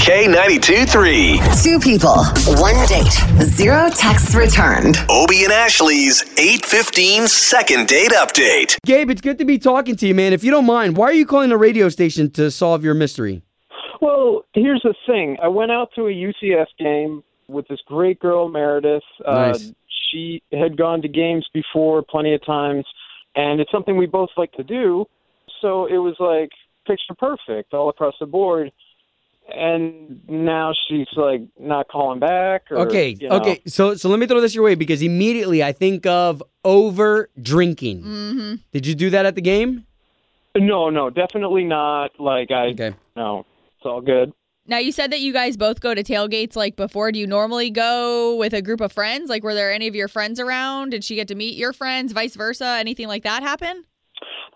K92 3. Two people, one date, zero texts returned. Obie and Ashley's 815 second date update. Gabe, it's good to be talking to you, man. If you don't mind, why are you calling the radio station to solve your mystery? Well, here's the thing. I went out to a UCF game with this great girl, Meredith. Nice. Uh, she had gone to games before plenty of times, and it's something we both like to do. So it was like picture perfect all across the board. And now she's like not calling back. Or, Okay, you know. okay. So, so let me throw this your way because immediately I think of over drinking. Mm-hmm. Did you do that at the game? No, no, definitely not. Like I, Okay. no, it's all good. Now you said that you guys both go to tailgates like before. Do you normally go with a group of friends? Like were there any of your friends around? Did she get to meet your friends? Vice versa? Anything like that happen?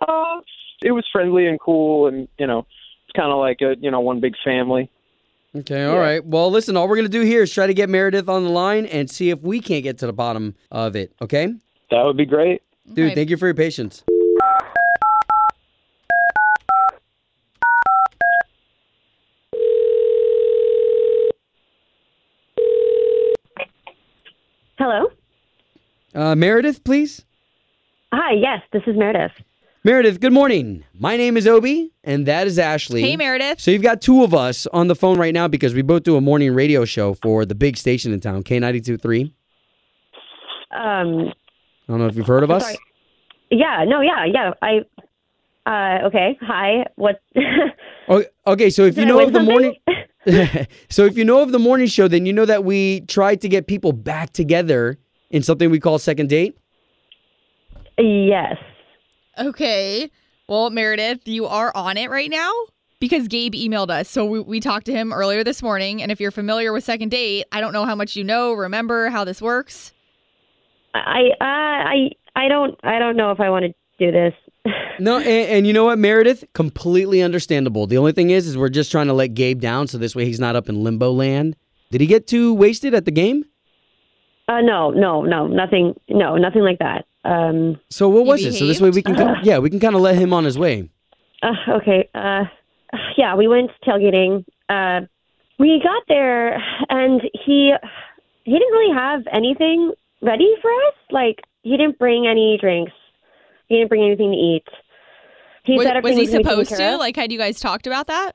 Uh, it was friendly and cool, and you know, it's kind of like a you know one big family. Okay, all right. Well, listen, all we're gonna do here is try to get Meredith on the line and see if we can't get to the bottom of it. Okay, That would be great. dude. Okay. Thank you for your patience. Hello. Uh, Meredith, please. Hi. Yes, this is Meredith. Meredith, good morning. My name is Obi, and that is Ashley. Hey Meredith. So you've got two of us on the phone right now because we both do a morning radio show for the big station in town, K92.3. Um. I don't know if you've heard of us. Sorry. Yeah. No. Yeah. Yeah. I. Uh. Okay. Hi. What? O- Oh, Okay, so if you Did I know win of the something? morning So if you know of the morning show, then you know that we try to get people back together in something we call second date. yes. Okay. Well, Meredith, you are on it right now because Gabe emailed us. So we, we talked to him earlier this morning. And if you're familiar with Second Date, I don't know how much you know, remember how this works. I. Uh, I. I don't. I don't know if I want to do this. No, and, and you know what, Meredith? Completely understandable. The only thing is is we're just trying to let Gabe down so this way he's not up in limbo land. Did he get too wasted at the game? Uh. No. No. No. Nothing. No. Nothing like that. Um. So what was it? So this way we behaved? can ki- yeah, we can kind of let him on his way. Uh, okay. Uh, yeah, we went tailgating. Uh, we got there, and he he didn't really have anything ready for us. Like he didn't bring any drinks. He didn't bring anything to eat. He was said was everything he gonna be taken supposed care to? of. Like, had you guys talked about that?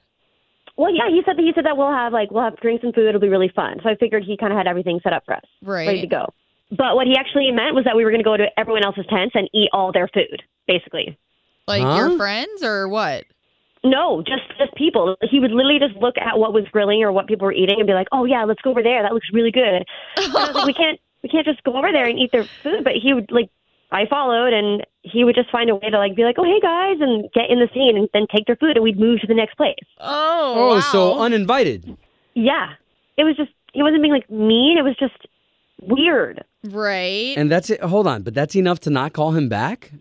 Well, yeah, he said that he said that we'll have like we'll have drinks and food. It'll be really fun. So I figured he kind of had everything set up for us, Right. ready to go. But what he actually meant was that we were going to go to everyone else's tents and eat all their food, basically. Like Huh? your friends or what? No, just just people. He would literally just look at what was grilling or what people were eating and be like, "Oh yeah, let's go over there. That looks really good." And I was like, we can't we can't just go over there and eat their food. But he would like, I followed, and he would just find a way to like be like, "Oh hey guys," and get in the scene and then take their food, and we'd move to the next place. Oh, Oh, wow. so uninvited. Yeah, it was just he wasn't being like mean. It was just weird. right. And that's it. Hold on, but that's enough to not call him back?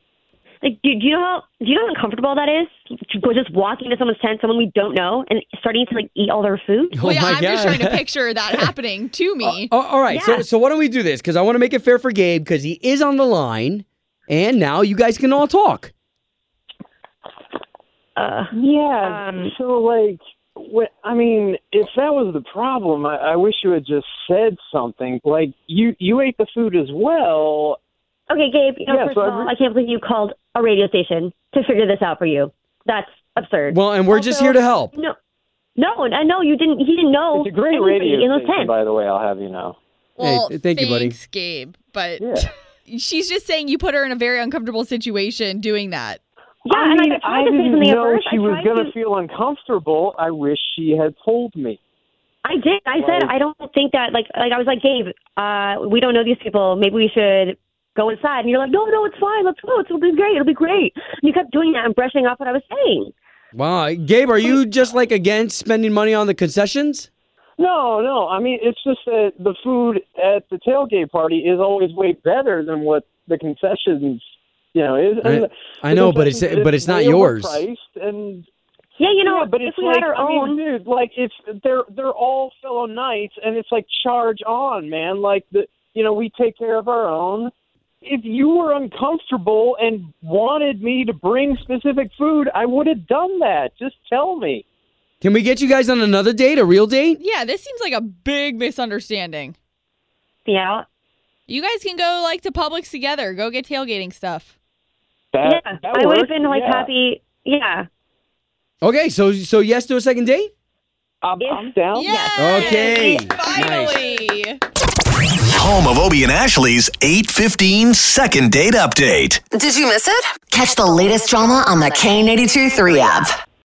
Like, do, do you know how do you know how uncomfortable that is? To go just walking into someone's tent, someone we don't know, and starting to like eat all their food. oh well, yeah, my I'm just God. trying to picture that happening to me. Oh, all right. So Yeah. so why don't we do this? Because I want to make it fair for Gabe because he is on the line, and now you guys can all talk. Uh, Yeah. Um, so, like, what, I mean, if that was the problem, I, I wish you had just said something. Like, you you ate the food as well. Okay, Gabe, you know, Yeah, first so of I all, re- I can't believe you called a radio station to figure this out for you. That's absurd. Well, and we're just Also- here to help. no, no, I know you didn't. He didn't know. It's a great anybody radio in those station, tents. by the way. I'll have you know. well, th- thank you, buddy. thanks, Gabe. But Yeah. she's just saying you put her in a very uncomfortable situation doing that. Yeah, I and mean, I tried to say didn't something at know first. she I was tried gonna to- feel uncomfortable. I wish she had told me. I did. I said Well- I don't think that. Like, like I was like, Gabe, uh, we don't know these people. Maybe we should go inside. And you're like, No, no, it's fine. Let's go. It's, it'll be great. It'll be great. And you kept doing that and brushing off what I was saying. Wow, Gabe, are you just like against spending money on the concessions? No, no. I mean, it's just that the food at the tailgate party is always way better than what the concessions, you know, is. And Right. the- I the know, but it's- concessions is but it's not way yours. overpriced And Yeah, you know, yeah, but if it's we like, had our I mean, own, dude, like it's they're they're all fellow knights, and it's like charge on, man. Like the you know we take care of our own. If you were uncomfortable and wanted me to bring specific food, I would have done that. Just tell me. Can we get you guys on another date, a real date? Yeah, this seems like a big misunderstanding. Yeah. You guys can go like to Publix together. Go get tailgating stuff. That, yeah. that I would worked. have been like Yeah. happy. Yeah. Okay, so so yes to a second date? I'm, If- I'm down. Yes! Oh, Okay. Finally. Home of Obie and Ashley's 815 second date update. Did you miss it? Catch the latest drama on the K82 3 app.